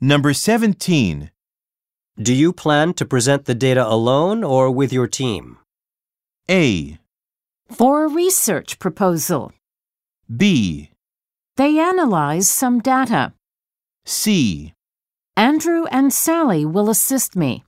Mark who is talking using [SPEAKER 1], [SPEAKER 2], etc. [SPEAKER 1] Number 17.
[SPEAKER 2] Do you plan to present the data alone or with your team?
[SPEAKER 1] A,
[SPEAKER 3] For a research proposal,
[SPEAKER 1] B,
[SPEAKER 3] they analyze some data.
[SPEAKER 1] C.
[SPEAKER 3] Andrew and Sally will assist me.